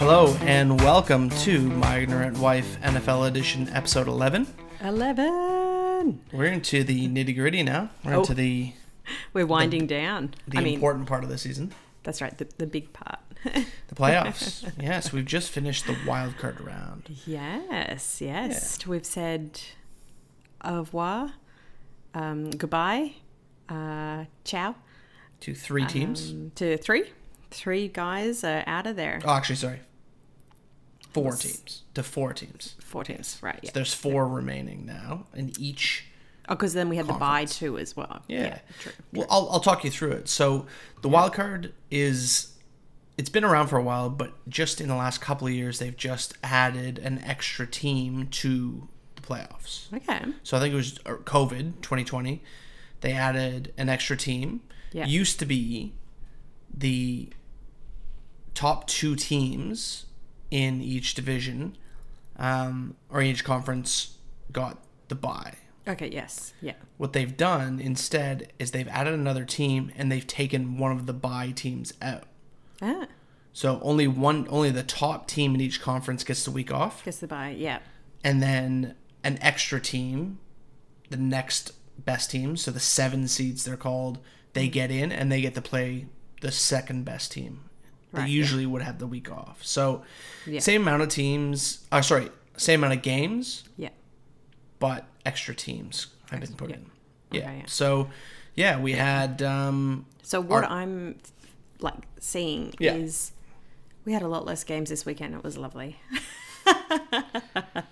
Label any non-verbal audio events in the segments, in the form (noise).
Hello and welcome to My Ignorant Wife NFL Edition, Episode 11. 11. We're into the nitty gritty now. We're into the We're winding down. the Oh, I mean, important part of the season, that's right, the, the big part. (laughs) the playoffs. yes, we've just finished the wild card round. yes, yes. We've said au revoir, um, goodbye, uh, ciao To three teams. um, to three. Three guys are out of there. oh, actually, sorry. Four teams. To four teams. Four teams, right? Yeah. So there's four remaining now, and each Oh, because then we had the buy two as well. Yeah. true. Well, I'll, I'll talk you through it. So the wild card is it's been around for a while, but just in the last couple of years, they've just added an extra team to the playoffs. Okay. So I think it was uh, COVID 2020. They added an extra team. Yeah. Used to be the top two teams in each division um, or each conference got the bye Okay. Yes. Yeah. what they've done instead is they've added another team and they've taken one of the bye teams out. Ah, So only one only the top team in each conference gets the week off guess the buy. Yeah. and then an extra team, the next best team, so the 7 seeds they're called, they Mm-hmm. get in and they get to play the second best team. They Right, yeah. usually would have the week off. So Yeah. same amount of teams, uh, sorry, same amount of games, Yeah. but extra teams have been put yeah. in. Yeah. Okay, yeah. So, yeah, we had um, So what Are- I'm like seeing Yeah. is we had a lot less games this weekend. It was lovely. (laughs)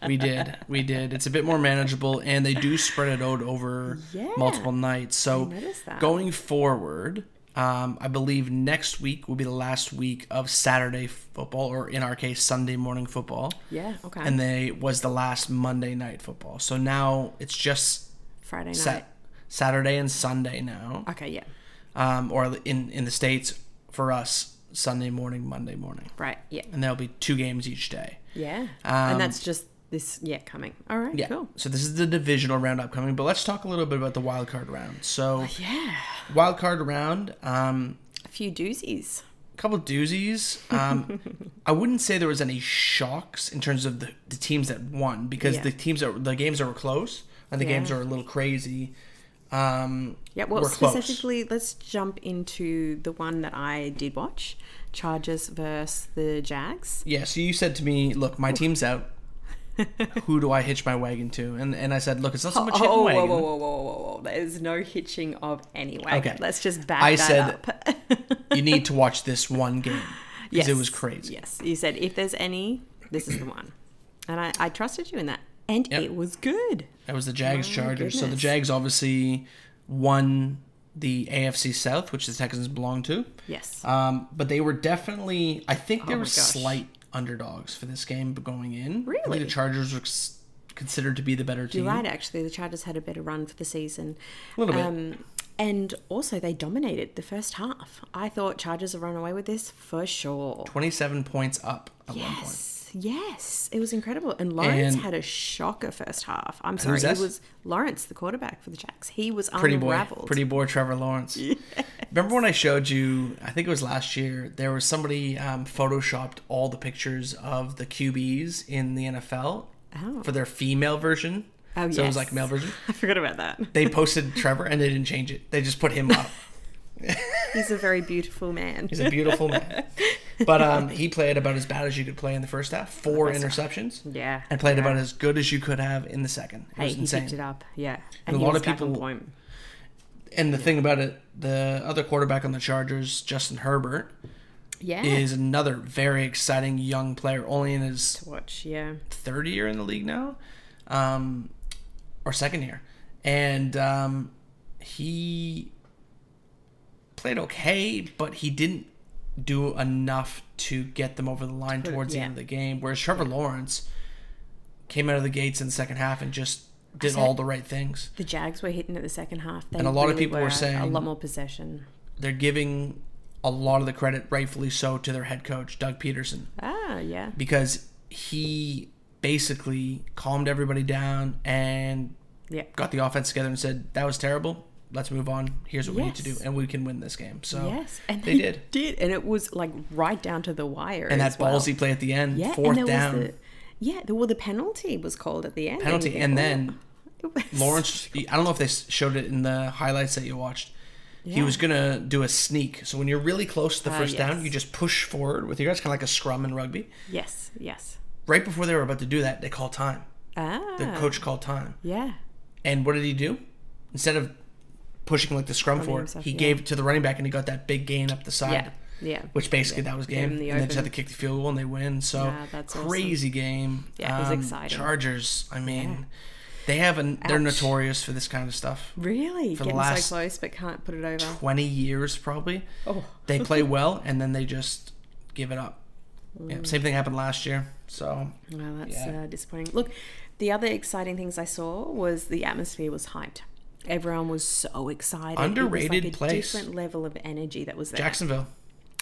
we did we did. It's a bit more manageable, and they do spread it out over Yeah. multiple nights. So noticed that. going forward. Um, I believe next week will be the last week of Saturday football, or in our case, Sunday morning football. Yeah. Okay. And they was the last Monday night football. So now it's just Friday night. sat- Saturday and Sunday now. Okay. Yeah. um, or in in the states for us Sunday morning, Monday morning, Right. Yeah. and there'll be two games each day. Yeah. Um, and that's just this. Yeah. Coming. All right. Cool. So this is the divisional round upcoming, but let's talk a little bit about the wild card round. So Oh, Yeah. wild card round, um, A few doozies. a couple doozies. Um, (laughs) I wouldn't say there was any shocks in terms of the, the teams that won because Yeah. the teams that the games that were close and the Yeah. games that were a little crazy. Um, Yeah. Well, were close. specifically, let's jump into the one that I did watch: Chargers versus the Jags. Yeah, so you said to me, "Look, my team's (laughs) out. Who do I hitch my wagon to?" And and I said, "Look, it's not so much hitching Oh, whoa, wagon. whoa, whoa, whoa, whoa, whoa! There's no hitching of any wagon. Okay. Let's just back I that said- up. (laughs) You need to watch this one game because Yes. it was crazy. Yes, you said if there's any, this is the one, and I, I trusted you in that, and Yep. it was good. That was the Jags Chargers. So the goodness. Jags obviously won the AFC South, which the Texans belong to. Yes. Um, but they were definitely, I think, they Oh were my gosh. slight underdogs for this game going in. I think Really? the Chargers were s- considered to be the better team. You're right, actually. The Chargers had a better run for the season. A little bit. Um, and also, they dominated the first half. I thought Chargers would run away with this for sure. Twenty-seven points up at one point. Yes. Yes. It was incredible. And Lawrence And- had a shocker first half. I'm sorry. that? It was Lawrence, the quarterback for the Jacks. He was pretty boy, unraveled. pretty boy Trevor (laughs) Lawrence. Remember when I showed you? I think it was last year. There was somebody um, photoshopped all the pictures of the QBs in the NFL Oh. (laughs) for their female version. Oh, so it was yes. like male version. I forgot about that. They (laughs) posted Trevor and they didn't change it. They just put him up. He's a very beautiful man. (laughs) He's a beautiful man. But um, he played about as bad as you could play in the first half. Four interceptions. Yeah. And played yeah. about as good as you could have in the second. It Hey, was he insane. picked it up. Yeah. And And a he lot was of back on people- point. And the thing about it, the other quarterback on the Chargers, Justin Herbert, Yeah. is another very exciting young player, only in his Watch. Yeah. third year in the league now, um, or second year, and um, he played okay, but he didn't do enough to get them over the line towards the yeah. end of the game. Whereas Trevor Lawrence came out of the gates in the second half and just did said- all the right things. The Jags were hitting at the second half. They And a lot of really people were a saying- lot more possession. They're giving a lot of the credit, rightfully so, to their head coach Doug Peterson. Ah, yeah, because he basically calmed everybody down and Yeah. got the offense together and said that was terrible. Let's move on. Here's what we need to do, Yes. and we can win this game. So yes, and Oh. they, did. Did and it was like right down to the wire. And as that well. ballsy play at the end, Yeah, fourth and there down Was the, yeah, the, well, the penalty was called at the end. penalty, you and go, then "Oh." (laughs) It was- Lawrence, I don't know if they s- showed it in the highlights that you watched. He Yeah. was gonna do a sneak. So when you're really close to the Ah, first down, yes. you just push forward with your guys, kind of like a scrum in rugby. Yes, yes. Right before they were about to do that, they called time. Ah, The coach called time, yeah. and what did he do? Instead of pushing like the scrum forward, himself, he yeah. gave it to the running back, and he got that big gain up the side. Yeah, yeah. Which basically that was game, him the and they just had open- to kick the field goal and they win. So Yeah, that's awesome. crazy game. Um, Yeah, it was exciting. Chargers. I mean, they have an, they're Ouch. notorious for this kind of stuff. Really? For the Getting last- so close but can't put it over. 20 years probably. Oh. They (laughs) play well and then they just give it up. Yeah, same thing happened last year. So, Well, that's Yeah. uh, disappointing. Look, the other exciting things I saw was the atmosphere was hyped. Everyone was so excited. it was Underrated like a place. different level of energy that was there. Jacksonville.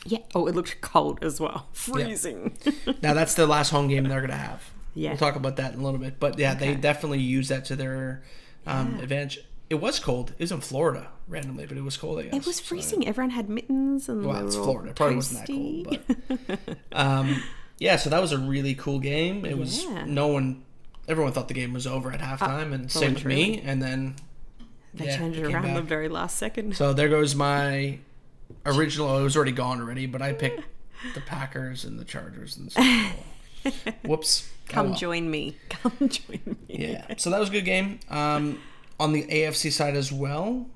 Yeah. Oh, it looked cold as well. (laughs) Freezing. (laughs) Now that's the last home game they're going to have. Yeah. We'll talk about that in a little bit. But yeah, they Okay. definitely use that to their um, advantage. It was cold. It was in Florida randomly, but it was cold, I guess. It was freezing. Everyone had mittens and Well, they it's were all Florida. It probably wasn't that cold, toasty. but um, yeah. So that was a really cool game. It was Yeah. Oh, no one, everyone thought the game was over at halftime, and same with me. And then (laughs) they yeah, changed it it came around the back. very last second. so there goes my original. oh, It was already gone already, but I (laughs) picked the Packers and the Chargers and the Super (laughs) Bowl. Whoops! Oh, (laughs) Come well. join me. (laughs) Come join me. Yeah. (laughs) So that was a good game. Um, on the AFC side as well,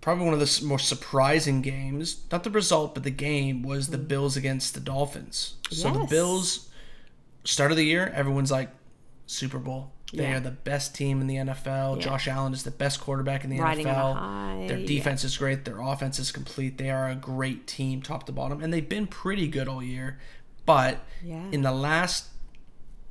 probably one of the s- more surprising games, not the result, but the game was the Bills against the Dolphins. So the Mm-hmm. Yes. Bills, start of the year, everyone's like, Super Bowl. They Yeah. are the best team in the NFL. Yeah. Josh Allen is the best quarterback in the Riding on a NFL. high, Their yeah. defense is great. Their offense is complete. They are a great team, top to bottom, and they've been pretty good all year. But Yeah. in the last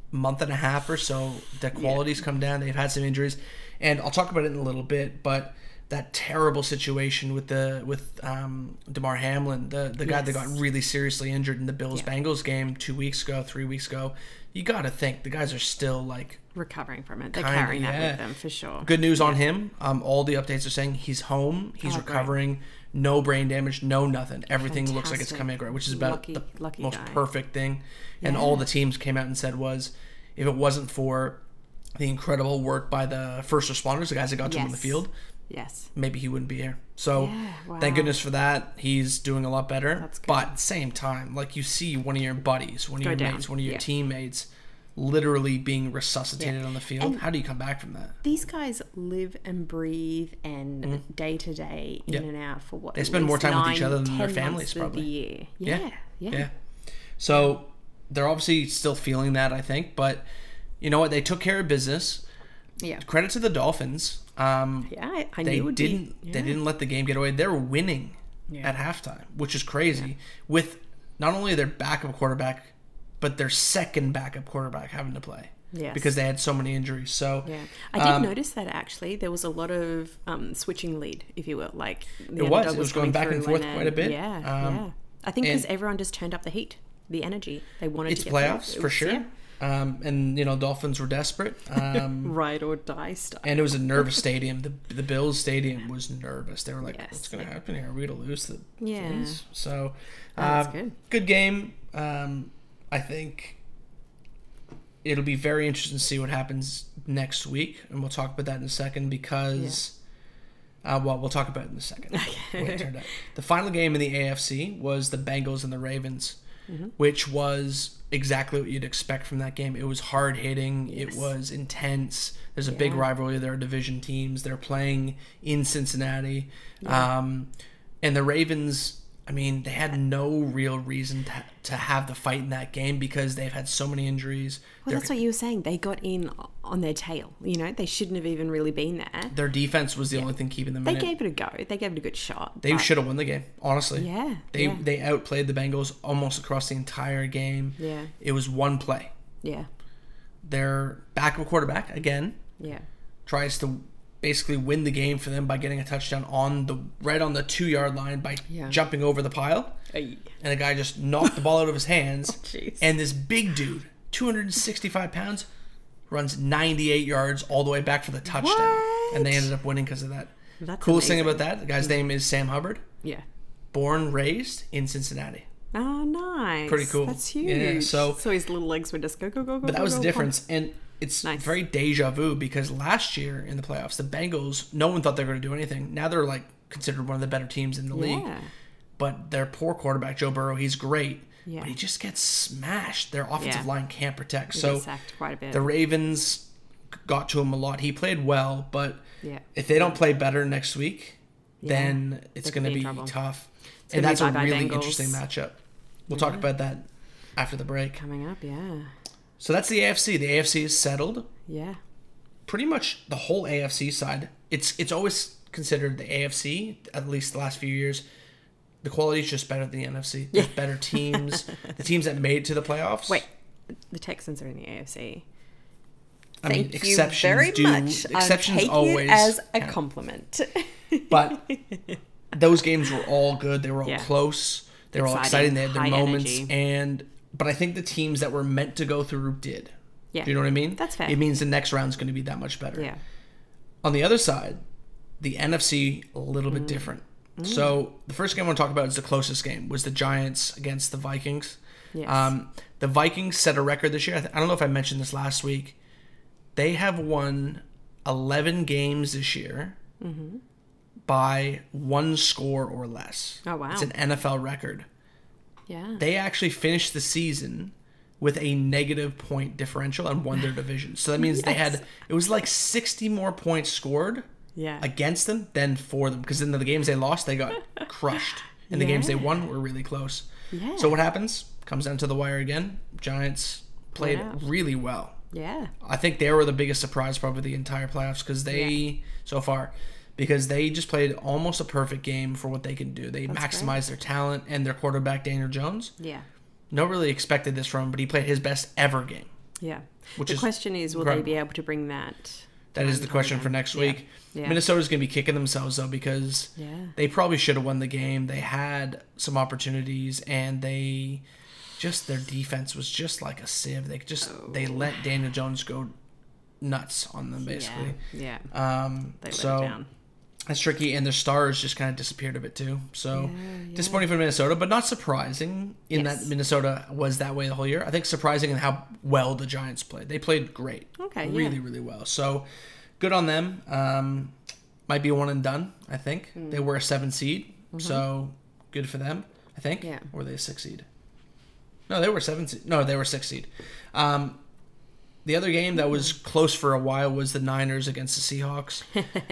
month and a half or so, the qualities come down. They've had some injuries, and I'll talk about it in a little bit. But that terrible situation with the with um, Demar Hamlin, the the guy that got Yes. really seriously injured in the Bills Bengals game two weeks ago, three weeks ago. You got to think the guys are still like Recovering from it. They're Kinda, carrying that yeah. with them for sure. good news on him. Um, all the updates are saying he's home, he's Oh, great. recovering, no brain damage, no nothing. Everything looks like it's Fantastic. coming great, which is about Lucky- the lucky most guy. perfect thing. And all the teams came out and said was, if it wasn't for the incredible work by the first responders, the guys that got to him on the Yes. field, Yes. maybe he wouldn't be here. So Yeah, wow. thank goodness for that. He's doing a lot better. That's good. But at the same time, like you see one of your buddies, one of Go your down. mates, one of your Yeah. teammates literally being resuscitated on the field. And- How do you come back from that? These guys live and breathe and day to day, in Mm-hmm. Yeah. and out for what They at spend more least time with each nine, other than their ten families, months of probably. The year. Yeah. Yeah, yeah, Yeah. So they're obviously still feeling that, I think. But you know what? They took care of business. yeah. Credit to the Dolphins. Um, Yeah, I, I they knew it would didn't. Be, yeah. They didn't let the game get away. They're winning Yeah. at halftime, which is crazy. With not only their backup quarterback, but their second backup quarterback having to play Yes. because they had so many injuries. So Yeah, I did um, notice that actually. There was a lot of um, switching lead, if you will. Like the It was. underdog It was going coming back and through forth quite a bit. Yeah, Um, yeah. I think because and- everyone just turned up the heat, the energy they wanted. it's to get playoffs It for was- sure. yeah, Um, and you know, Dolphins were (laughs) desperate. Um, Ride or die stuff. And it (laughs) was a nervous stadium. The the Bills stadium was nervous. They were like, Yes. "What's going to happen here? Are we going to lose the Yeah. Oh, things?" So, uh, That's good. game. Um, I think it'll be very interesting to see what happens next week, and we'll talk about that in a second because, uh, well, we'll talk about it in a second. the way it turned out. The final game in the AFC was the Bengals and the Ravens, Mm-hmm. which was exactly what you'd expect from that game. It was hard hitting. It was intense. There's a big Yeah. rivalry. There are division teams. They're playing in Cincinnati, um, and the Ravens. I mean, they had no real reason to, to have the fight in that game because they've had so many injuries. Well, Their- that's what you were saying. They got in o- on their tail. You know, they shouldn't have even really been there. their defense was the only thing keeping them They in it. gave it a go. They gave it a good shot. They but- should have won the game, honestly. Yeah, They yeah. they outplayed the Bengals almost across the entire game. Yeah. It was one play. yeah, Their backup quarterback again yeah, tries to basically win the game for them by getting a touchdown on the right on the 2-yard line by Yeah. jumping over the pile Ay. and the guy (laughs) Oh, just knocked the ball out of his hands Jeez. and this big dude, 265 pounds, runs 98 yards all the way back for the touchdown, and they ended up winning because of that. That's Coolest thing amazing. about that, the guy's name is Sam Hubbard, Yeah. born raised in Cincinnati. Oh, nice. Pretty cool. That's huge. Yeah, so- so his little legs were just go go go go. But that go, was the go, pump. difference, and it's Nice. very deja vu because last year in the playoffs, the Bengals, no one thought they were going to do anything. Now they're like considered one of the better teams in the league. Yeah. but their poor quarterback Joe Burrow, he's great, Yeah. but he just gets smashed. Their offensive Yeah. line can't protect. He so gets sacked quite a bit. the Ravens got to him a lot. He played well, but Yeah. if they don't play better next week, then it's They going could to be in be trouble. tough. gonna and be that's a bye-bye really Bengals. interesting matchup. We'll talk about that after the break. Coming up, yeah. So that's the AFC. The AFC is settled. Yeah. Pretty much the whole AFC side. It's it's always considered the AFC at least the last few years. The quality is just better than the (laughs) NFC. There's better teams. the teams that made it to the playoffs. Wait, the Texans are in the AFC. I Thank mean, you exceptions very do. much. Exceptions I take always it as a count. (laughs) compliment. (laughs) but those games were all good. They were all Yeah. close. They were all exciting. Exciting, They had their high moments. energy. And but I think the teams that were meant to go through did. Yeah. Do you know what I mean? That's fair. It means the next round's going to be that much better. yeah. On the other side, the NFC a little Mm. bit different. So the first game I want to talk about is the closest game was the Giants against the Vikings. Yes. Um, the Vikings set a record this year. I, th- I don't know if I mentioned this last week. They have won 11 games this year Mm-hmm. by one score or less. Oh, wow. It's an NFL record. yeah. They actually finished the season with a negative point differential and (laughs) won their division. So that means they had, it was like 60 more points scored yeah. against them than for them because in the games they lost they got crushed and the games they won were really close Yeah. so what happens comes down to the wire again giants played Wow. really well yeah. i think they were the biggest surprise probably the entire playoffs because they so far because they just played almost a perfect game for what they can do they maximized their talent and their quarterback daniel jones Yeah. no really expected this from him but he played his best ever game Yeah. Which the is question is, will incredible. they be able to bring that? That is the question for next week. Yeah. Minnesota's going to be kicking themselves though because Yeah. they probably should have won the game. They had some opportunities and they just their defense was just like a sieve. They just they let Daniel Jones go nuts on them basically. Oh. Yeah. Yeah. Um, They let so it down. that's tricky, and their stars just kind of disappeared a bit too. So disappointing for Minnesota, but not surprising in Yes. that Minnesota was that way the whole year. I think surprising in how well the Giants played. They played great, Okay, yeah. really, really well. So good on them. Um, might be one and done. I think Mm. they were a seven seed, so good for them. I think. Mm-hmm. Yeah. Or were they a six seed? No, they were seven seed. No, they were six seed. Um, the other game that was Mm-hmm. close for a while was the Niners against the (laughs) Seahawks.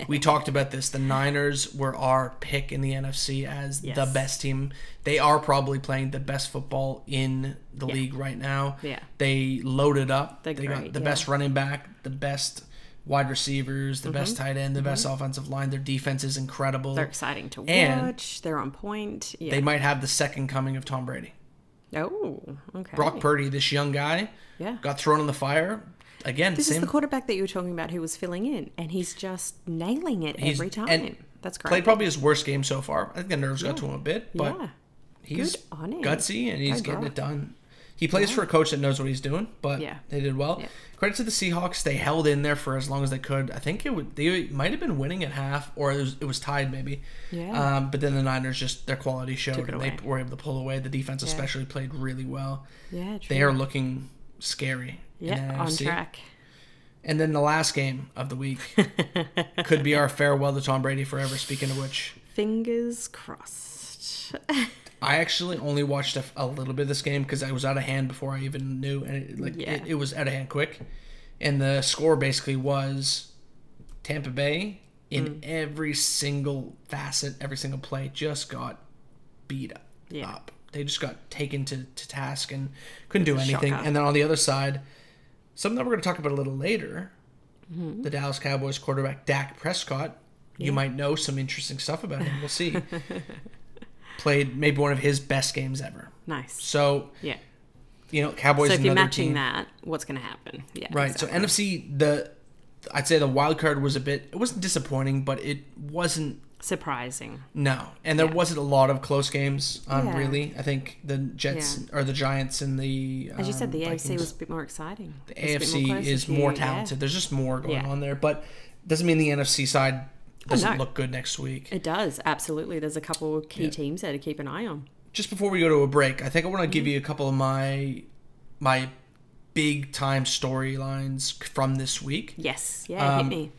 we talked about this. The Niners were our pick in the NFC as the Yes. best team. They are probably playing the best football in the league right now. Yeah. They loaded up. They're they got great, the yeah. best running back, the best wide receivers, the best tight end, the best offensive line. Their defense is incredible. Mm-hmm. They're exciting to And- watch. They're on point. Yeah. They might have the second coming of Tom Brady. oh, okay. Brock Purdy, this young guy, Yeah. got thrown in the fire. Again, This same is the quarterback that you were talking about who was filling in, and he's just nailing it He's- every and time. That's great. played probably his worst game so far. I think the nerves got to him a bit, but yeah. he's Good on him. gutsy and he's Good getting job. it done. He plays for a coach that knows what he's doing, but Yeah. they did well. Yeah. Credit to the Seahawks; they held in there for as long as they could. I think it would they might have been winning at half, or it was, it was tied maybe. Yeah. Um, but then the Niners just their quality showed, it and they away. were able to pull away. The defense especially played really well. Yeah. True. They are looking scary. in yeah the on NFC. track. And then the last game of the (laughs) week could be our farewell to Tom Brady forever. Speaking of which, Fingers crossed. (laughs) I actually only watched a, a little bit of this game because I was out of hand before I even knew, and it, like Yeah. it, it was out of hand quick. And the score basically was Tampa Bay in Mm. every single facet, every single play, just got beat up. Yeah. up. They just got taken to, to task and couldn't do anything. shocker. And then on the other side, something that we're going to talk about a little later, Mm-hmm. the Dallas Cowboys quarterback Dak Prescott. You might know some interesting stuff about him. We'll (laughs) see. Played maybe one of his best games ever. nice. So Yeah. you know, Cowboys. So if you're another matching team. that, what's going to happen? Yeah. right? exactly. So NFC, the I'd say the wild card was a bit. It wasn't disappointing, but it wasn't surprising. No, and there wasn't a lot of close games. Um, Yeah. Really, I think the Jets or the Giants and the As you said, um, the AFC Vikings. was a bit more exciting. The AFC is more talented. There's just more going Yeah. Oh, on there, but doesn't mean the NFC side doesn't no. look good next week. It does absolutely. There's a couple of key teams there to keep an eye on. just before we go to a break, I think I want to Mm-hmm. give you a couple of my my big time storylines from this week. Yes, yeah, Um, hit me.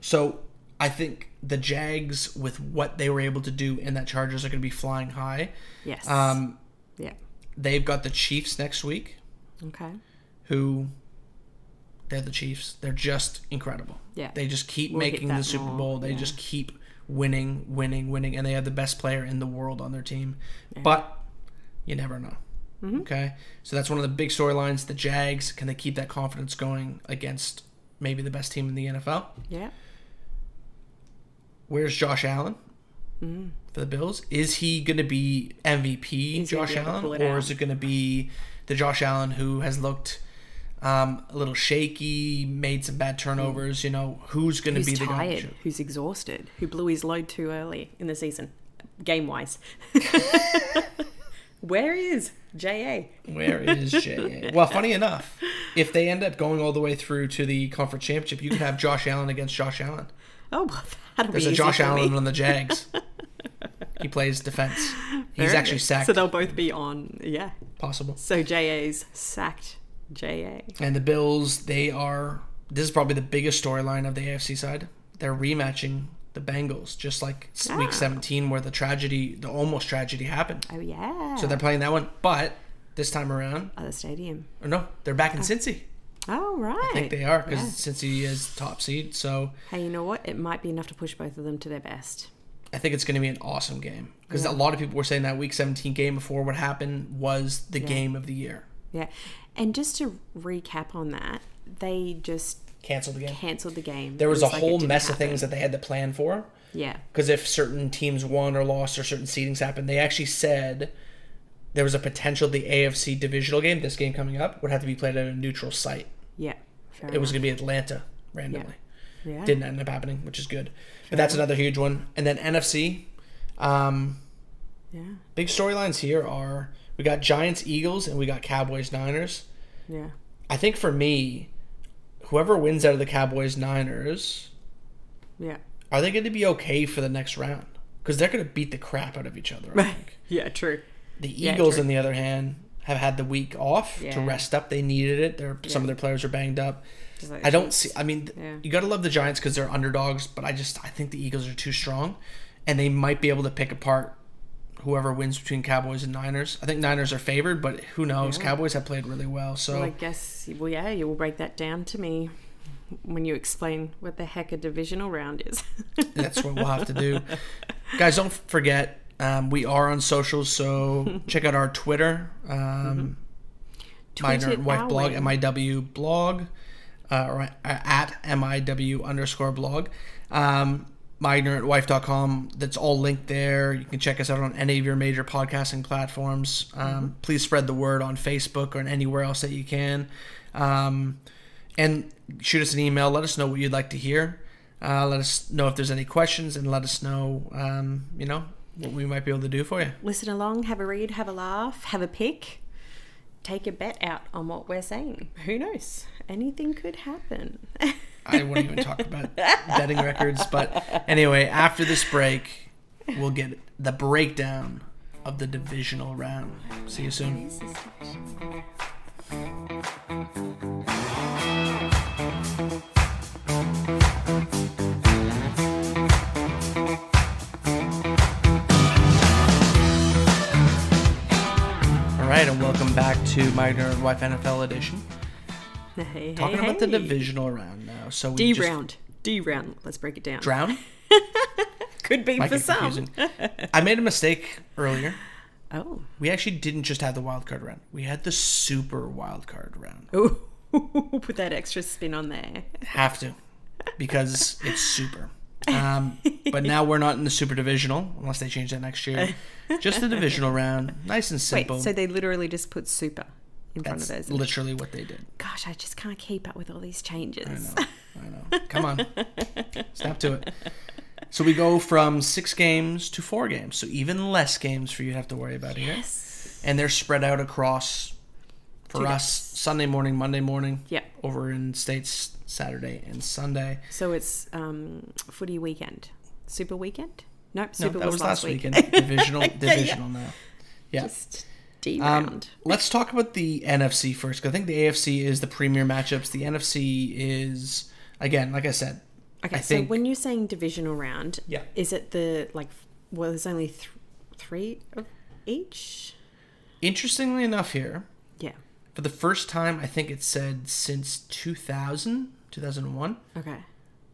So I think the Jags with what they were able to do and that Chargers are going to be flying high. Yes, Um, yeah, they've got the Chiefs next week, okay, who they're the Chiefs. They're just incredible. Yeah. They just keep hit making the that Super more, Bowl. They yeah. just keep winning, winning, winning, and they have the best player in the world on their team. But you never know. Mm-hmm. Okay, so that's one of the big storylines. The Jags can they keep that confidence going against maybe the best team in the NFL? yeah. Where's Josh Allen for the Bills? Is he going to be MVP he gonna Josh be able to Allen, pull or it out? is it going to be the Josh Allen who has looked um, a little shaky, made some bad turnovers? You know, who's going to be Who's the guy? tired? that- Who's exhausted? Who blew his load too early in the season, game (laughs) wise? Where is Ja? Where is (laughs) Jay? well, funny enough, if they end up going all the way through to the conference championship, you could have Josh Allen against Josh Allen. Oh, well, that'll There's be a easy Josh for Allen me. on the Jags. (laughs) he plays defense. He's Very actually good. sacked. So they'll both be on. Yeah. possible. So JA's sacked JA. And the Bills, they are. This is probably the biggest storyline of the AFC side. They're rematching the Bengals, just like s- Ah. week 17, where the tragedy, the almost tragedy happened. Oh yeah. So they're playing that one, but this time around, Other stadium. or no, they're back Ah. in Cincy. Oh right. I think they are because Cincy is top seed. So Hey, you know what? It might be enough to push both of them to their best. I think it's going to be an awesome game because a lot of people were saying that week 17 game before what happened was the game of the year. Yeah. And just to recap on that, they just Cancel the game. cancelled the game. There It was a like it whole didn't mess happen. of things that they had to plan for. Yeah. because if certain teams won or lost or certain seedings happened, they actually said there was a potential the AFC divisional game, this game coming up, would have to be played at a neutral site. Yeah. Fair It was going to be Atlanta randomly. enough. yeah. Didn't end up happening, which is good. But that's another huge one. And then NFC, um, Yeah. big storylines here are we got Giants, Eagles, and we got Cowboys, Niners. Yeah. I think for me, whoever wins out of the Cowboys, Niners, Yeah. are they going to be okay for the next round? Because they're going to beat the crap out of each other. I think. (laughs) Yeah, true. The Yeah, Eagles, true. on the other hand, have had the week off to Yeah. rest up. They needed it. Their some of their players are banged up. Just like I don't see. I mean, th- Yeah. you got to love the Giants because they're underdogs, but I just I think the Eagles are too strong, and they might be able to pick apart whoever wins between Cowboys and Niners. I think Niners are favored, but who knows? Cowboys have played really well, so Well, I guess, well, yeah, you will break that down to me when you explain what the heck a divisional round is. (laughs) (laughs) that's what we'll have to do. Guys, don't f- forget. Um, we are on socials, (laughs) so check out our Twitter. Um, Mm-hmm. my Tweet ignorant it wife our blog way. miw blog uh, or uh, at miw underscore blog um, myignorantwife.com that's all linked there you can check us out on any of your major podcasting platforms um, please spread the word on facebook or anywhere else that you can um, and shoot us an email let us know what you'd like to hear uh, let us know if there's any questions and let us know um, you know what we might be able to do for you Listen along, have a read, have a laugh, have a pick. Take a bet out on what we're saying. Who knows? Anything could happen. (laughs) I won't even talk about betting records. But anyway, after this break, we'll get the breakdown of the divisional round. See you soon. All right, and welcome back to My Ignorant Wife NFL edition. Hey, Talking hey, about the hey. divisional round now. So we D just- round. D round. Let's break it down. Drown? (laughs) could be Might for get some. confusing. I made a mistake earlier. (laughs) Oh. (laughs) We actually didn't just have the wild card round. We had the super wild card round. Ooh, put that extra spin on there. Have to, (laughs) because it's super. Um, but now we're not in the super divisional unless they change that next year. Just the divisional round, nice and Wait, simple. so they literally just put super in front of That's those. literally what they did. Gosh, I just can't keep up with all these I changes. know. I know. Come on, snap to it. So we go from six games to four games. So even less games for you to have to worry about here. Yes. And they're spread out across, for Two us, Sunday morning, Monday morning. Yeah. Over in States, Saturday and Sunday. So it's um, footy weekend, super weekend. Nope, No, super that was, last, weekend. weekend. (laughs) Divisional, divisional now. Yeah. Just D Um, round. let's talk about the NFC first. 'cause I think the AFC is the premier matchups. The NFC is again, like I said, okay, I so think- when you're saying divisional round, Yeah. is it the like? Well, there's only th- three of each. interestingly enough, here Yeah. for the first time, I think it said since 2000, 2001, Okay.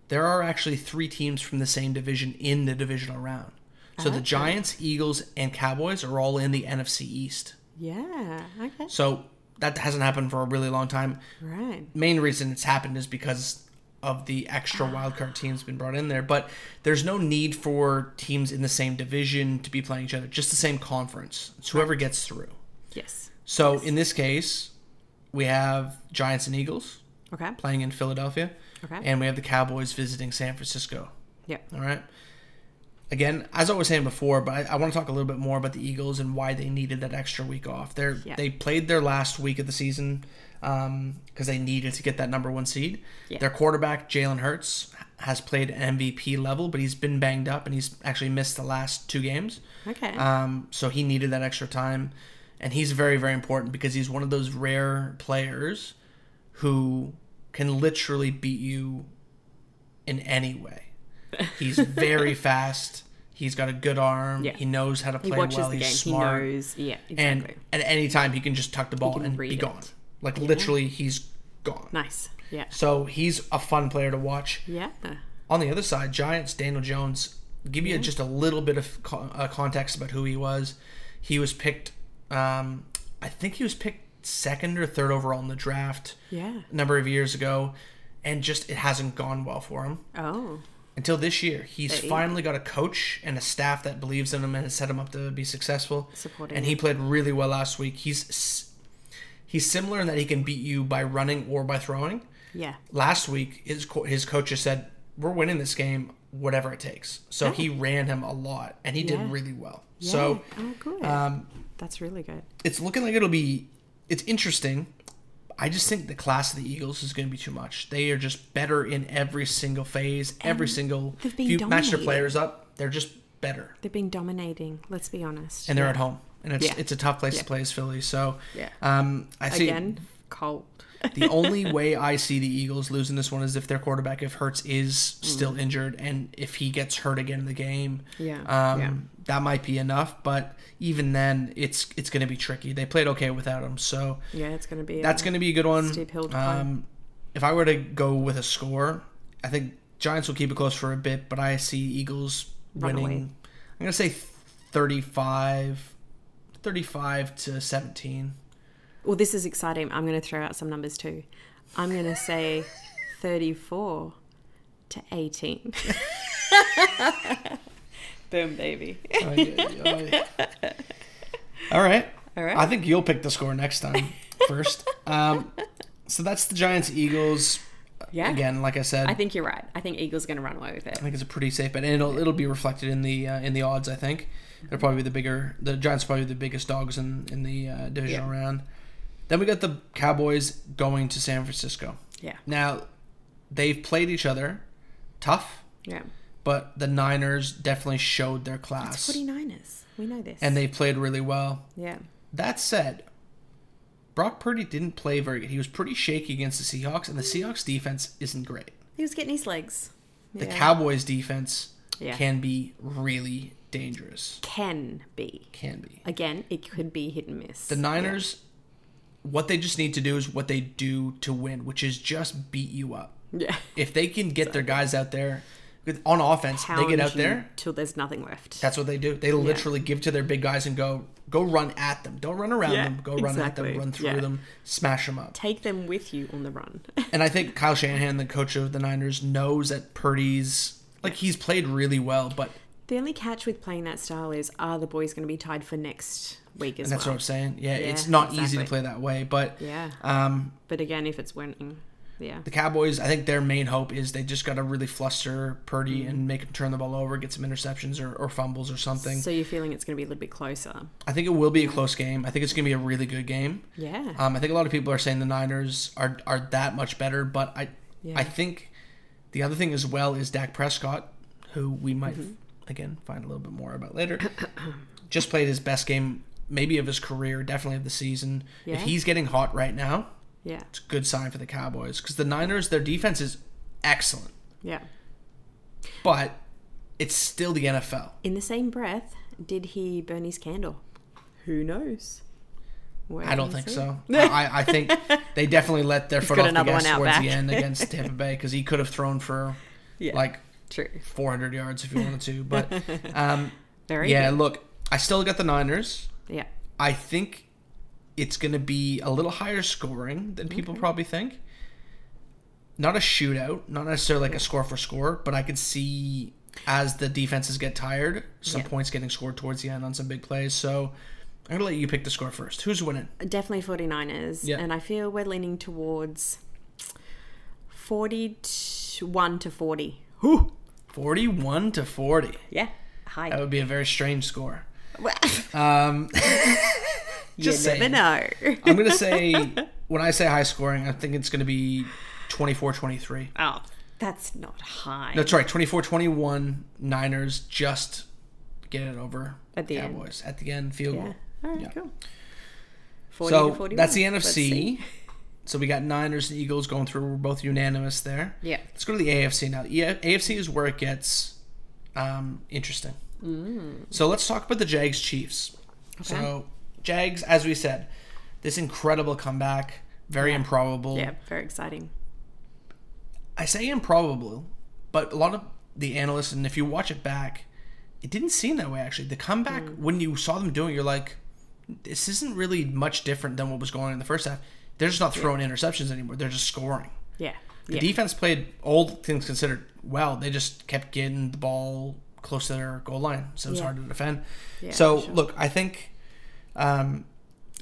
there are actually three teams from the same division in the divisional round. So the Okay. Giants, Eagles, and Cowboys are all in the NFC East. Yeah. Okay. So that hasn't happened for a really long time. Right. main reason it's happened is because of the extra wildcard teams been brought in there. But there's no need for teams in the same division to be playing each other, just the same conference. It's whoever gets through. Yes. So in this case, we have Giants and Eagles Okay. playing in Philadelphia, Okay. and we have the Cowboys visiting San Francisco. Yep. All right. Again, as I was saying before, but I, I want to talk a little bit more about the Eagles and why they needed that extra week off. They are Yeah. they played their last week of the season because they needed to get that number one seed. Yeah. Their quarterback Jalen Hurts has played MVP level, but he's been banged up and he's actually missed the last two games. Okay. Um, so he needed that extra time, and he's very very important because he's one of those rare players who can literally beat you in any (laughs) way. He's very fast. He's got a good arm. Yeah. He knows how to he play watches well. the He's game. smart. He knows. Yeah. and Exactly. at any time he can just tuck the ball can and be read gone. it. Like literally he's gone. nice. Yeah. So he's a fun player to watch. Yeah. On the other side, Giants, Daniel Jones, give you just a little bit of co- uh, context about who he was. He was picked, um, I think he was picked second or third overall in the draft Yeah. a number of years ago, and just it hasn't gone well for him Oh. until this year. He's Hey. finally got a coach and a staff that believes in him and has set him up to be successful. Supporting And he played really well last week. He's s- he's similar in that he can beat you by running or by throwing Yeah. last week his co- his coach just said we're winning this game whatever it takes so he ran him a lot and he Yeah. did really well Yeah. so Oh, good. um, That's really good. it's looking like it'll be it's interesting i just think the class of the eagles is going to be too much they are just better in every single phase every single they've if been you match their dominating. players up they're just better They've been dominating. Let's be honest. and they're at home and it's Yeah. it's a tough place Yeah. to play as philly so Yeah. um i see again cold. The (laughs) only way I see the Eagles losing this one is if their quarterback, if Hertz is still injured, and if he gets hurt again in the game. Mm. Yeah, Um, yeah. That might be enough, but even then, it's it's going to be tricky. They played okay without him, so yeah, it's gonna be. that's going to be a good one. Steep hill to climb. um, if I were to go with a score, I think Giants will keep it close for a bit, but I see Eagles Run away. winning. I'm going to say 35, 35 to 17. Well, this is exciting. I'm gonna throw out some numbers too. I'm (laughs) gonna say thirty-four to eighteen. (laughs) Boom, baby. Ay, (laughs) ay, ay. All right. All right. I think you'll pick the score next time first. um, so that's the Giants Eagles. Yeah. Again, like I said, I I think, think you're right. I think Eagles are gonna run away with it. it's a pretty safe bet, and it'll it'll be reflected in the uh, in the odds. I think it'll probably be the bigger. The Giants are probably the biggest dogs in in the uh, divisional Yeah. round. Then we got the Cowboys going to San Francisco. Yeah. Now, they've played each other tough, Yeah. but the Niners definitely showed their class, 49ers. We know this. and they played really well. yeah. That said, Brock Purdy didn't play very good. He was pretty shaky against the Seahawks, and the Seahawks defense isn't great. He was getting his legs. The Yeah. Cowboys defense Yeah. can be really dangerous. can be. Can be. Again, it could be hit and miss. The Niners, what they just need to do is what they do to win, which is just beat you up. Yeah. If they can get their guys out there with- on offense, they get Pound out you there. till there's nothing left. That's what they do. They literally give to their big guys and go go run at them. Don't run around Yeah, them. Go run at exactly. them. Run through Yeah. them. Smash them up. Take them with you on the run. (laughs) And I think Kyle Shanahan, the coach of the Niners, knows that Purdy's like he's played really well, but The only catch with playing that style is are the boys going to be tied for next week as that's what well? I'm saying. Yeah, Yeah, it's not easy to exactly. play that way, but Yeah. um, But again, if it's winning, Yeah. The Cowboys, I think their main hope is they just got to really fluster Purdy Mm-hmm. and make him turn the ball over, get some interceptions or, or fumbles or something. So you're feeling it's going to be a little bit closer. I think it will be a close game. I think it's going to be a really good game. Yeah. Um, I think a lot of people are saying the Niners are are that much better, but I Yeah. I think the other thing as well is Dak Prescott, who we might Mm-hmm. again find a little bit more about later, (coughs) just played his best game maybe of his career, definitely of the season. Yeah. If he's getting hot right now, yeah. it's a good sign for the Cowboys because the Niners their defense is excellent, Yeah. but it's still the NFL. In the same breath, did he burn his candle? Who knows? Wait I don't and think see. (laughs) so. I, I- I think they definitely let their foot got off the another gas one out towards the back. (laughs) end against Tampa Bay because he could have thrown for Yeah. like True. 400 yards if he wanted to. (laughs) But um, Very yeah, good. look, I still got the Niners. Yeah. I think it's going to be a little higher scoring than people probably think. Not a shootout, not necessarily like a score for score, but I could see as the defenses get tired, some Yeah. points getting scored towards the end on some big plays. So I'm going to let you pick the score first. Who's winning? Definitely 49ers. Yeah. And I feel we're leaning towards 41 to 40. 41 to 40. Yeah. That High. would be a very strange score. Well, (laughs) Um, (laughs) just you never saying. know. I'm going to say, when I say high scoring, I think it's going to be 24 23. Oh, that's not high. That's right, 24 21. Niners just get it over. At the end. Cowboys. At the end, field yeah. goal. All right, Yeah. cool. 40 to So 41. that's the Let's see. NFC. So we got Niners and Eagles going through. We're both unanimous there. Yeah. Let's go to the AFC now. E Yeah, AFC is where it gets um, interesting. Mm. So let's talk about the Jags Chiefs. So Jags, as we said, this incredible comeback, very improbable. Yeah, very exciting. I say improbable, but a lot of the analysts, and if you watch it back, it didn't seem that way actually. The comeback Mm. when you saw them doing, it, you're like, this isn't really much different than what was going on in the first half. They're just not throwing interceptions anymore. They're just scoring. Yeah. The yeah. defense played all things considered well. They just kept getting the ball close to their goal line, so it was Yeah. hard to defend. Yeah, so for sure. look, I think um,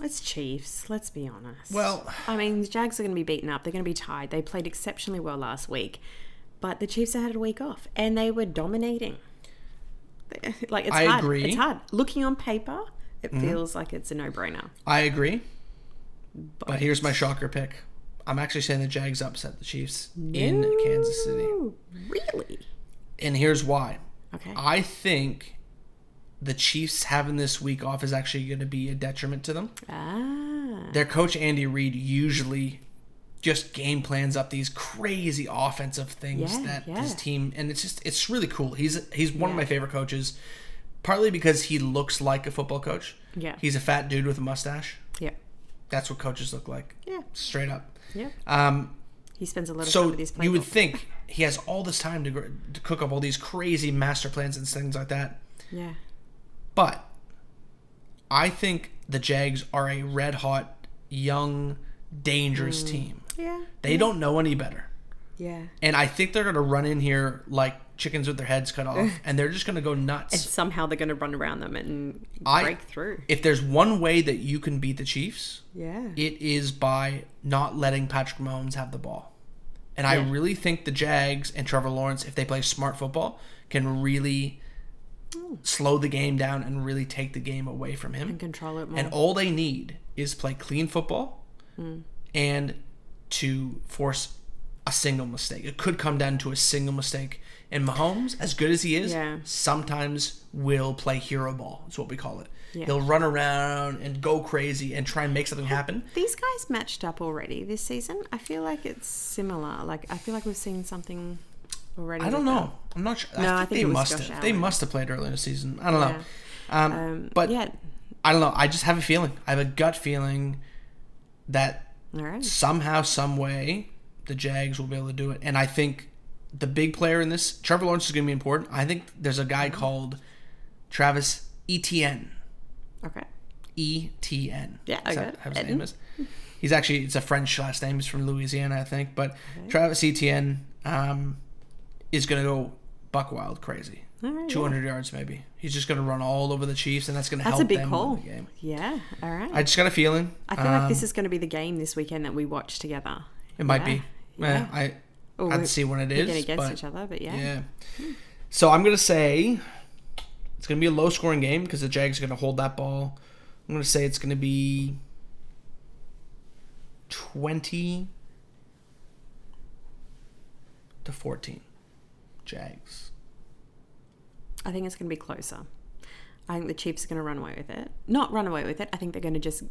It's Chiefs, let's be honest. Well- I mean, the Jags are going to be beaten up. They're going to be tired. They played exceptionally well last week, but the Chiefs had a week off and they were dominating. (laughs) They- Like, it's I hard. agree. Mm-hmm. It's hard. Looking on paper, it feels like it's a no brainer. I agree. But here's my shocker pick. I'm actually saying the Jags upset the Chiefs in Kansas City. Really? And here's why. Okay. I think the Chiefs having this week off is actually going to be a detriment to them. ah. Their coach Andy Reid usually just game plans up these crazy offensive things Yeah, that yeah. his team and it's just it's really cool. He's he's one of my favorite coaches partly because he looks like a football coach. Yeah. He's a fat dude with a mustache. Yeah. That's what coaches look like. Yeah. Straight up. Yeah. Um He spends a lot of time so with his you would playbook. think he has all this time to, gr- to cook up all these crazy master plans and things like that. Yeah. But I think the Jags are a red hot, young, dangerous team. Yeah. They don't know any better. Yeah. And I think they're going to run in here like chickens with their heads cut off and they're just going to go nuts. Somehow they're going to run around them and I- break through. If there's one way that you can beat the Chiefs, Yeah. it is by not letting Patrick Mahomes have the ball. And I Yeah. really think the Jags and Trevor Lawrence, if they play smart football, can really slow the game down and really take the game away from him. And control it more. And all they need is play clean football Mm. and to force a single mistake. It could come down to a single mistake. And Mahomes, as good as he is, Yeah. sometimes will play hero ball. Is what we call it. Yeah. He'll run around and go crazy and try and make something happen. These guys matched up already this season. I feel like it's similar. Like I feel like we've seen something already. I don't with them. know. I'm not sure. No, I I think, think they it was must Josh have. They Allen. must have played earlier in the season. I don't know. Um, Um, but yeah, I don't know. I just have a feeling. I have a gut feeling that all right. somehow, some way, the Jags will be able to do it. And I think the big player in this, Trevor Lawrence, is going to be important. I think there's a Mm-hmm. guy called Travis Etienne. Okay. ETN. Yeah, I Is got that it. how his Etienne. name is. He's actually it's a French last name. He's from Louisiana, I think. But Travis Etienne um, is going to go buck wild crazy. All right. Two hundred yards, maybe. He's just going to run all over the Chiefs, and that's going to That's help a big them call. win the game. Yeah. All right. I just got a feeling. I feel like this is going to be the game this weekend that we watch together. It might be. Yeah, I Or had Oh, we're to see when it is. against but- each other, but yeah. Hmm. Yeah. So I'm gonna say it's gonna be a low scoring game because the Jags are gonna hold that ball. I'm gonna say it's gonna be twenty to fourteen. Jags. I think it's going to be closer. I think the Chiefs are going to run away with it. Not run away with it. I think they're going to just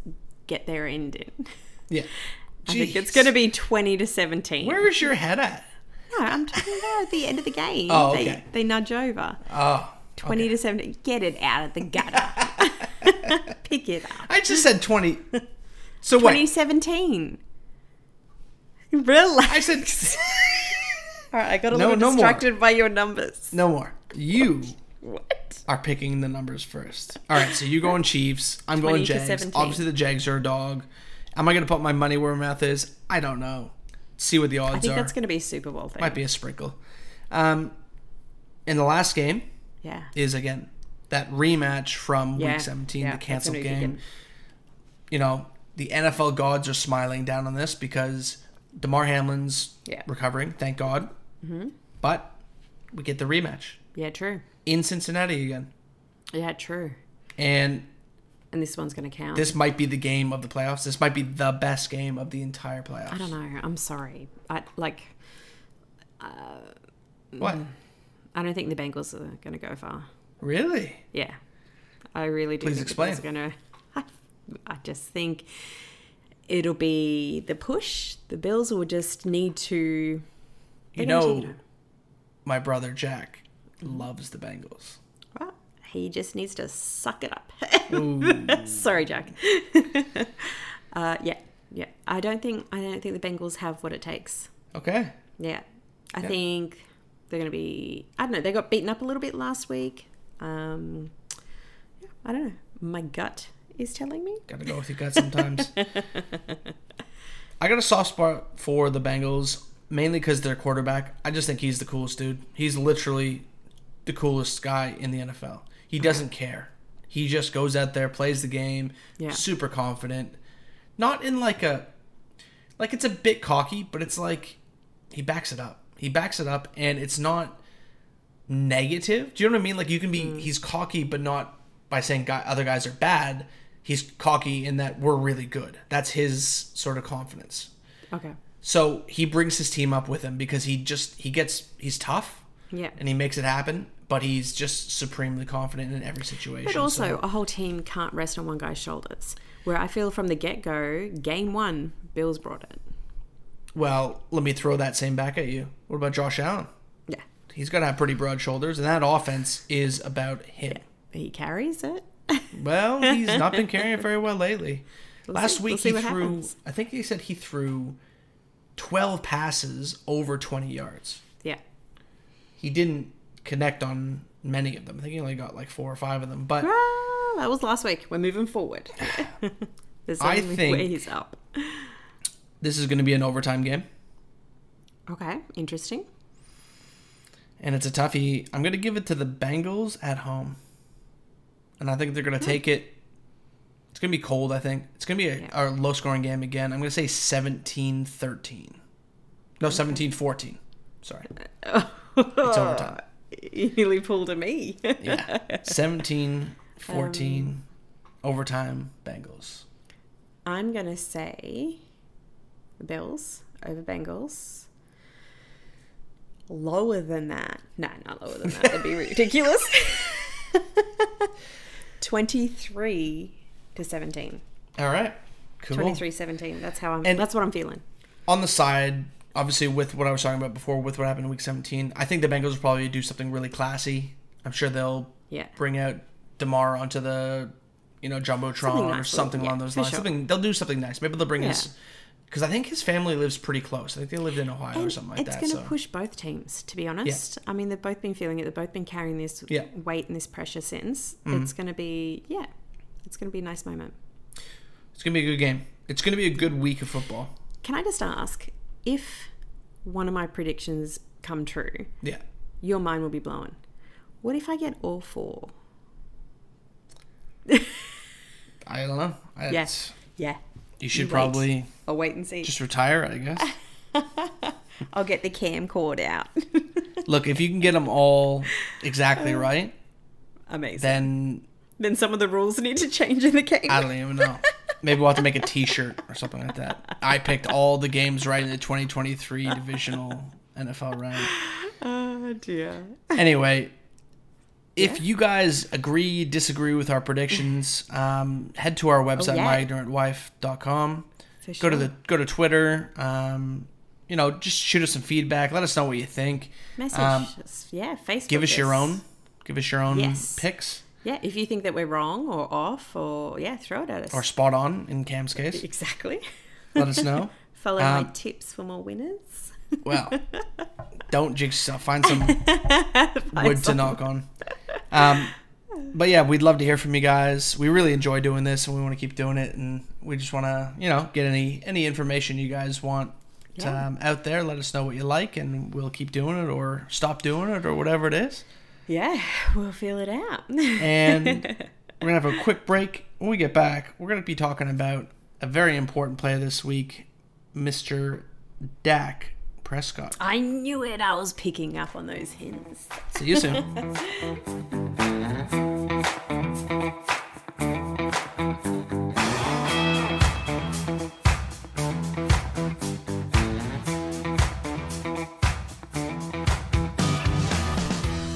get their end in. Yeah. I think it's Jeez. going to be 20 to 17. Where is your head at? No, I'm talking about at the end of the game. Oh, They- okay. They, nudge over. Oh. 20 okay. to 17. Get it out of the (laughs) gutter. Pick it up. I just said (laughs) twenty. So wait. 2017. Relax. I said (laughs) All right, I got a No, little no more. distracted by your numbers. no more. You (laughs) What? are picking the numbers first. All right, so you going Chiefs. I'm 20 going to Jags. 17. Obviously, the Jags are a dog. Am I going to put my money where my mouth is? I don't know. See what the odds I think are. that's going to be a Super Bowl thing. Might be a sprinkle. Um, and the last game Yeah. is again that rematch from Yeah, Week 17, yeah, the that's canceled gonna game. be a good game. You know, the NFL gods are smiling down on this because Demar Hamlin's Yeah. Mm-hmm. recovering, thank God. But we get the rematch Yeah, true. in Cincinnati again, Yeah, true. and And this one's going to count. this might be the game of the playoffs. This might be the best game of the entire playoffs. I don't know. I'm sorry. I like. What? I don't think the Bengals are going to go far. Really? Yeah, I really do. Please think explain. Going to. I just think it'll be the push. The Bills will just need to. You They're gonna know, take it. my brother Jack loves the Bengals. Well, he just needs to suck it up. Ooh. (laughs) Sorry, Jack. uh, yeah, yeah. I don't think I don't think the Bengals have what it takes. okay. Yeah, I think they're going to be. I don't know. They got beaten up a little bit last week. Um, yeah, I don't know. My gut is telling me. Gotta go with your gut sometimes. I got a soft spot for the Bengals, mainly because their quarterback. I just think he's the coolest dude. He's literally the coolest guy in the NFL. He doesn't care. He just goes out there, plays the game, Yeah. super confident. Not in like a like it's a bit cocky, but it's like he backs it up. He backs it up and it's not negative. Do you know what I mean? Like you can be Mm. he's cocky but not by saying guy, other guys are bad. He's cocky in that we're really good. That's his sort of confidence. Okay. So he brings his team up with him because he just he gets he's tough Yeah. and he makes it happen, but he's just supremely confident in every situation. But also, so- a whole team can't rest on one guy's shoulders. Where I feel from the get go, game one, Bills brought it. well, let me throw that same back at you. What about Josh Allen? Yeah. He's got to have pretty broad shoulders, and that offense is about him. He carries it. Well, (laughs) he's not been carrying it very well lately. Last see- week we'll see he what threw, happens. I think he said he threw 12 passes over 20 yards. yeah. He didn't connect on many of them. I think he only got like four or five of them, but Ah, that was last week. We're moving forward. (laughs) There's I only think- way he's up. this is going to be an overtime game. Okay. (laughs) Interesting. and it's a toughie. I'm going to give it to the Bengals at home. And I think they're going to take it. It's going to be cold, I think. It's going to be a, Yeah. a low scoring game again. I'm going to say 17 13. No, 17 14. Sorry. It's overtime. You nearly pulled a me. Yeah. 17 14. overtime Bengals. I'm going to say Bills over Bengals. Lower than that. No, not lower than that. (laughs) That'd be ridiculous. (laughs) 23 to 17. All right. Cool. 23 17. That's how I'm And- that's what I'm feeling. on the side, obviously with what I was talking about before, with what happened in week 17, I think the Bengals will probably do something really classy. I'm sure they'll Yeah. bring out Demar onto the, you know, jumbotron Something or nice little- something yeah, along those for lines. sure. Something they'll do something nice. Maybe they'll bring Yeah. his, because I think his family lives pretty close. I think they lived in Ohio or And something like it's that. going to So push both teams, to be honest. I mean, they've both been feeling it. They've both been carrying this Yeah. Mm-hmm. weight and this pressure since. It's going to be, yeah, it's going to be a nice moment. it's gonna be a good game. It's gonna be a good week of football. Can I just ask if one of my predictions come true, Yeah. your mind will be blown. What if I get all four? I don't know. I, Yeah. Yeah. You should You wait. probably I'll wait and see. just retire, I guess. I'll get the (laughs) camcord out. Look, if you can get them all (laughs) Uh. exactly right, Amazing. Then, then some of the rules need to change in the game. I don't even know. Maybe we'll have to make a T-shirt or something like that. I picked all the games right in the 2023 divisional NFL round. (laughs) Oh dear. Anyway, if you guys agree, disagree with our predictions, um, head to our website, Oh, yeah. myignorantwife.com. For Go to sure. the go to Twitter. Um, you know, just shoot us some feedback. Let us know what you think. message. um, us. yeah, Facebook. Give us your own. Give us your own Yes. picks Yeah, if you think that we're wrong or off or yeah, throw it at us. or spot on in Cam's case. (laughs) exactly. Let us know. Follow my Um, tips for more winners. Well, don't jinx yourself. Find some wood to (laughs) Find knock on. Um, but yeah, we'd love to hear from you guys. We really enjoy doing this, and we want to keep doing it. And we just want to, you know, get any any information you guys want Yeah. um, out there. Let us know what you like, and we'll keep doing it, or stop doing it, or whatever it is. Yeah, (laughs) we'll feel it out. (laughs) And we're gonna have a quick break. When we get back, we're gonna be talking about a very important player this week, Mr. Dak Prescott. I knew it. I was picking up on those hints. See you soon.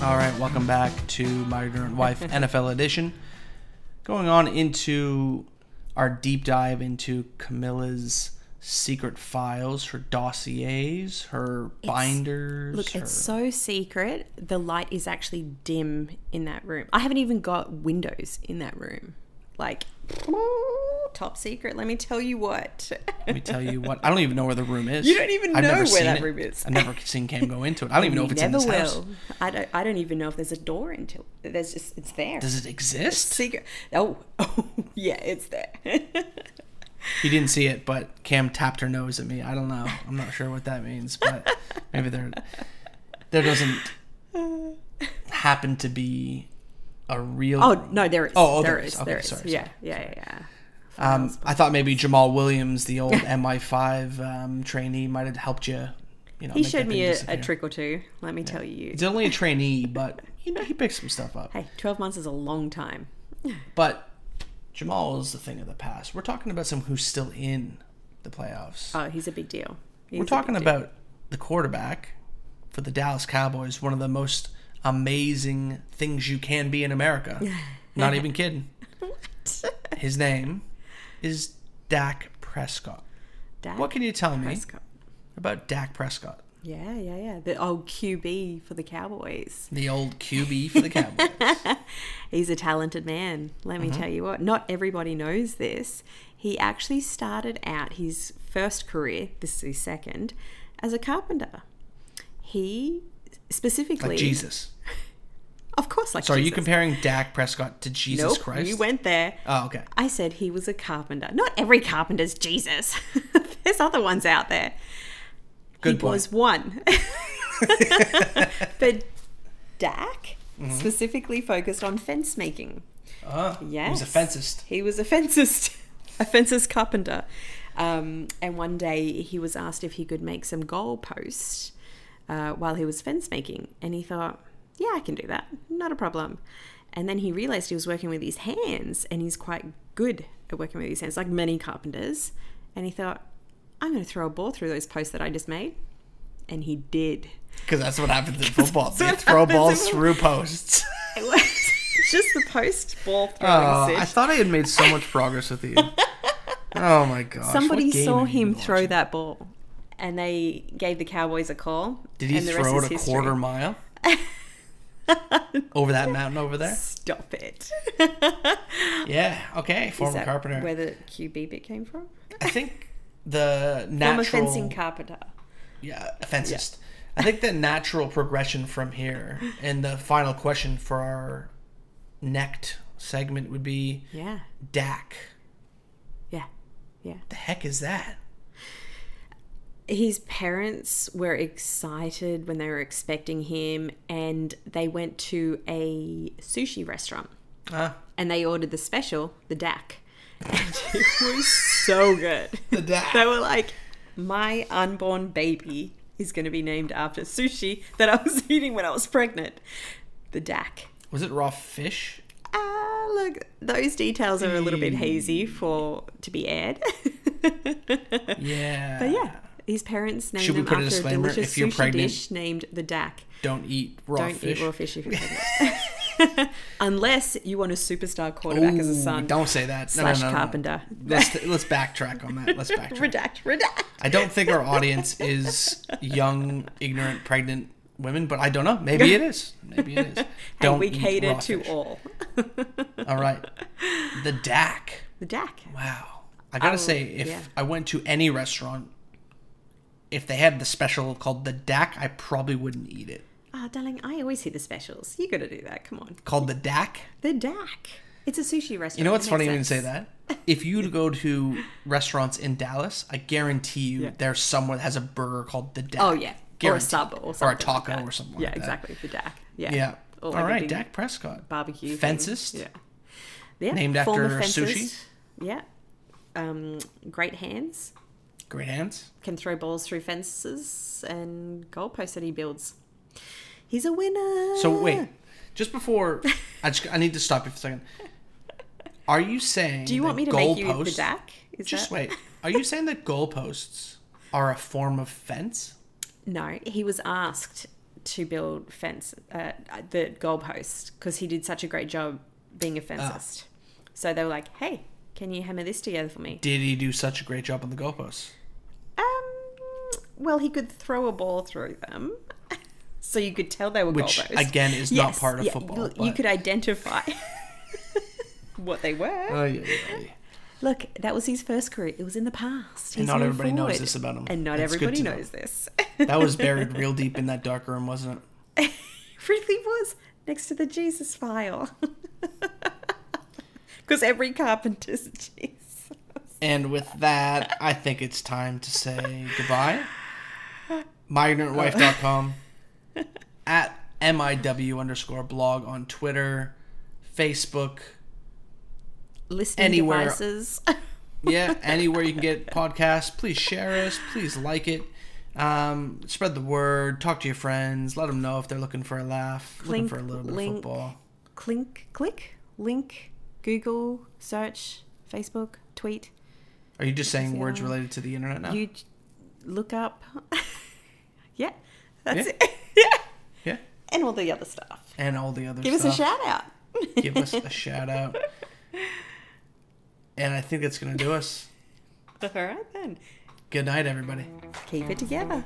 All right, welcome back to My Ignorant Wife (laughs) NFL edition. Going on into our deep dive into Camilla's secret files, her dossiers, her binders. Look, her... it's so secret. The light is actually dim in that room. I haven't even got windows in that room. Like, top secret. Let me tell you what. Let me tell you what. I don't even know where the room is. You don't even know where seen that it. room is. I've never seen Cam go into it. I don't even know if it's in this house. I don't. I don't even know if there's a door until there's just it's there. Does it exist? secret. Oh, (laughs) oh, yeah, it's there. (laughs) You didn't see it, but Cam tapped her nose at me. I don't know. I'm not sure what that means, (laughs) but maybe there there doesn't happen to be a real. oh no, there is. Oh, oh, there there is. is. Okay, there is. sorry, yeah, sorry, yeah, yeah, yeah. um, I thought maybe Jamal Williams, (laughs) the old MI5 um, trainee, might have helped you. You know, He make that showed me thing a, a disappear. trick or two. Let me tell you. He's only a trainee, but you know he picks some stuff up. Hey, twelve months is a long time. But Jamal is the thing of the past. We're talking about someone who's still in the playoffs. Oh, he's a big deal. He's We're a talking big about the quarterback for the Dallas Cowboys, one of the most amazing things you can be in (laughs) America. Not even kidding. deal. (laughs) His name is Dak Prescott. Dak What can you tell me Prescott. about Dak Prescott, Yeah, yeah, yeah. The old QB for the Cowboys. the old QB for the (laughs) Cowboys? He's a talented man. Let Mm-hmm. me tell you what. Not everybody knows this. He actually started out his first career, this is his second, as a carpenter. He specifically, like Jesus. of course, like Sorry, you Jesus. comparing Dak Prescott to Jesus nope, Christ? You went there. oh, okay. I said he was a carpenter. Not every carpenter's Jesus. (laughs) There's other ones out there. Good he point. was one. (laughs) but Dak Mm-hmm. specifically focused on fence making. Ah, He was a Yes. fencist. He was a fencist, (laughs) a fences carpenter. Um, and one day he was asked if he could make some goalposts uh, while he was fence making. And he thought, yeah, I can do that. Not a problem. And then he realized he was working with his hands and he's quite good at working with his hands, like many carpenters. And he thought, I'm going to throw a ball through those posts that I just made. And he did. Because that's what (laughs) happens in football. They what throw happens in balls football. through (laughs) posts. It was just the post ball throwing. Oh, Sid. I thought I had made so much progress with (laughs) you. Oh my gosh! Somebody what game saw have you him been throw watching? that ball, and they gave the Cowboys a call. Did he and the rest throw is it a history. (laughs) quarter mile over that mountain over (laughs) there? (laughs) Stop it. Yeah. Okay. Former Is that carpenter. Where the QB bit came from? I think (laughs) the From a natural fencing carpenter. yeah, a fencist. I think (laughs) the natural progression from here, and the final question for our necked segment would be Yeah, Dak. yeah, yeah. The heck is that? his parents were excited when they were expecting him and they went to a sushi restaurant Ah. and they ordered the special the dak (laughs) and it was so good The dak. they were like my unborn baby is going to be named after sushi that I was (laughs) eating when I was pregnant. The DAC. Was it raw fish? Ah, look, those details are a little bit Hmm. hazy for to be aired. (laughs) Yeah. But yeah, his parents named Should we them put a after a disclaimer? delicious If you're sushi pregnant- dish named the dak. Don't eat raw Don't fish. eat raw fish if you're pregnant. (laughs) (laughs) Unless you want a superstar quarterback as a Ooh, son. Don't say that. No, no, Slash no, no. carpenter. (laughs) Let's let's backtrack on that. Let's backtrack. Redact, redact. I don't think our audience is young, ignorant, pregnant women, but I don't know. Maybe it is. Maybe (laughs) it is. Hey, Don't we eat cater raw to fish. all. All right. The DAC. The dak. Wow. I gotta Oh, say, if yeah. I went to any restaurant, if they had the special called the DAC, I probably wouldn't eat it. Ah, darling, I always see the specials. You got to do that. Come on. Called the DAC. The dak. It's a sushi restaurant. You know what's It funny makes when you say sense. that? If you go to restaurants in Dallas, I guarantee you there's somewhere that has a burger called the DAC. Oh, yeah. Or a Guaranteed. sub or something. or a like taco that. or something. Yeah, like that. exactly. The dak. Yeah. Yeah. Or like All a right, big Dak Prescott. Barbecue. thing. Fencist? Yeah. yeah. Named former after sushi? fencist. Yeah. Um, great hands. Great hands. Can throw balls through fences and goalposts that he builds. He's a winner. (laughs) So wait, just before I just I need to stop you for a second. Are you saying Do you want me to make you the dak? Is Just that- wait. Are you saying that goalposts are a form of fence? No, he was asked to build fence, uh, the goalpost, because he did such a great job Ah. being a fencist. So they were like, "Hey, can you hammer this together for me?" Did he do such a great job on the goalposts? Um, well, he could throw a ball through them, (laughs) so you could tell they were Which, goalposts. again, is not part of football, You, you but- could identify (laughs) what they were. Oh yeah. yeah, yeah. Look, that was his first career. It was in the past. He's not moved everybody knows forward. this about him. and not That's good everybody to know. knows this. (laughs) That was buried real deep in that dark room, wasn't it? really was next to the Jesus file. (laughs) Because every carpenter's a Jesus. And with that, I think it's time to say goodbye. MyIgnorantWife.com at MIW underscore blog on Twitter, Facebook, Listening Anywhere. devices. (laughs) yeah, anywhere you can get podcasts. Please share us. Please like it. Um, spread the word. Talk to your friends. Let them know if they're looking for a laugh, looking Clink, for a little bit link. of football. Clink, click, link, Google, search, Facebook, tweet, Are you just saying words Yeah. related to the internet now? you look up. (laughs) yeah, that's Yeah. it. (laughs) yeah. yeah, And all the other stuff. and all the other Give stuff. us a shout out. Give us a shout out. And I think that's gonna do us. (laughs) All right, then. Good night, everybody. Keep it together.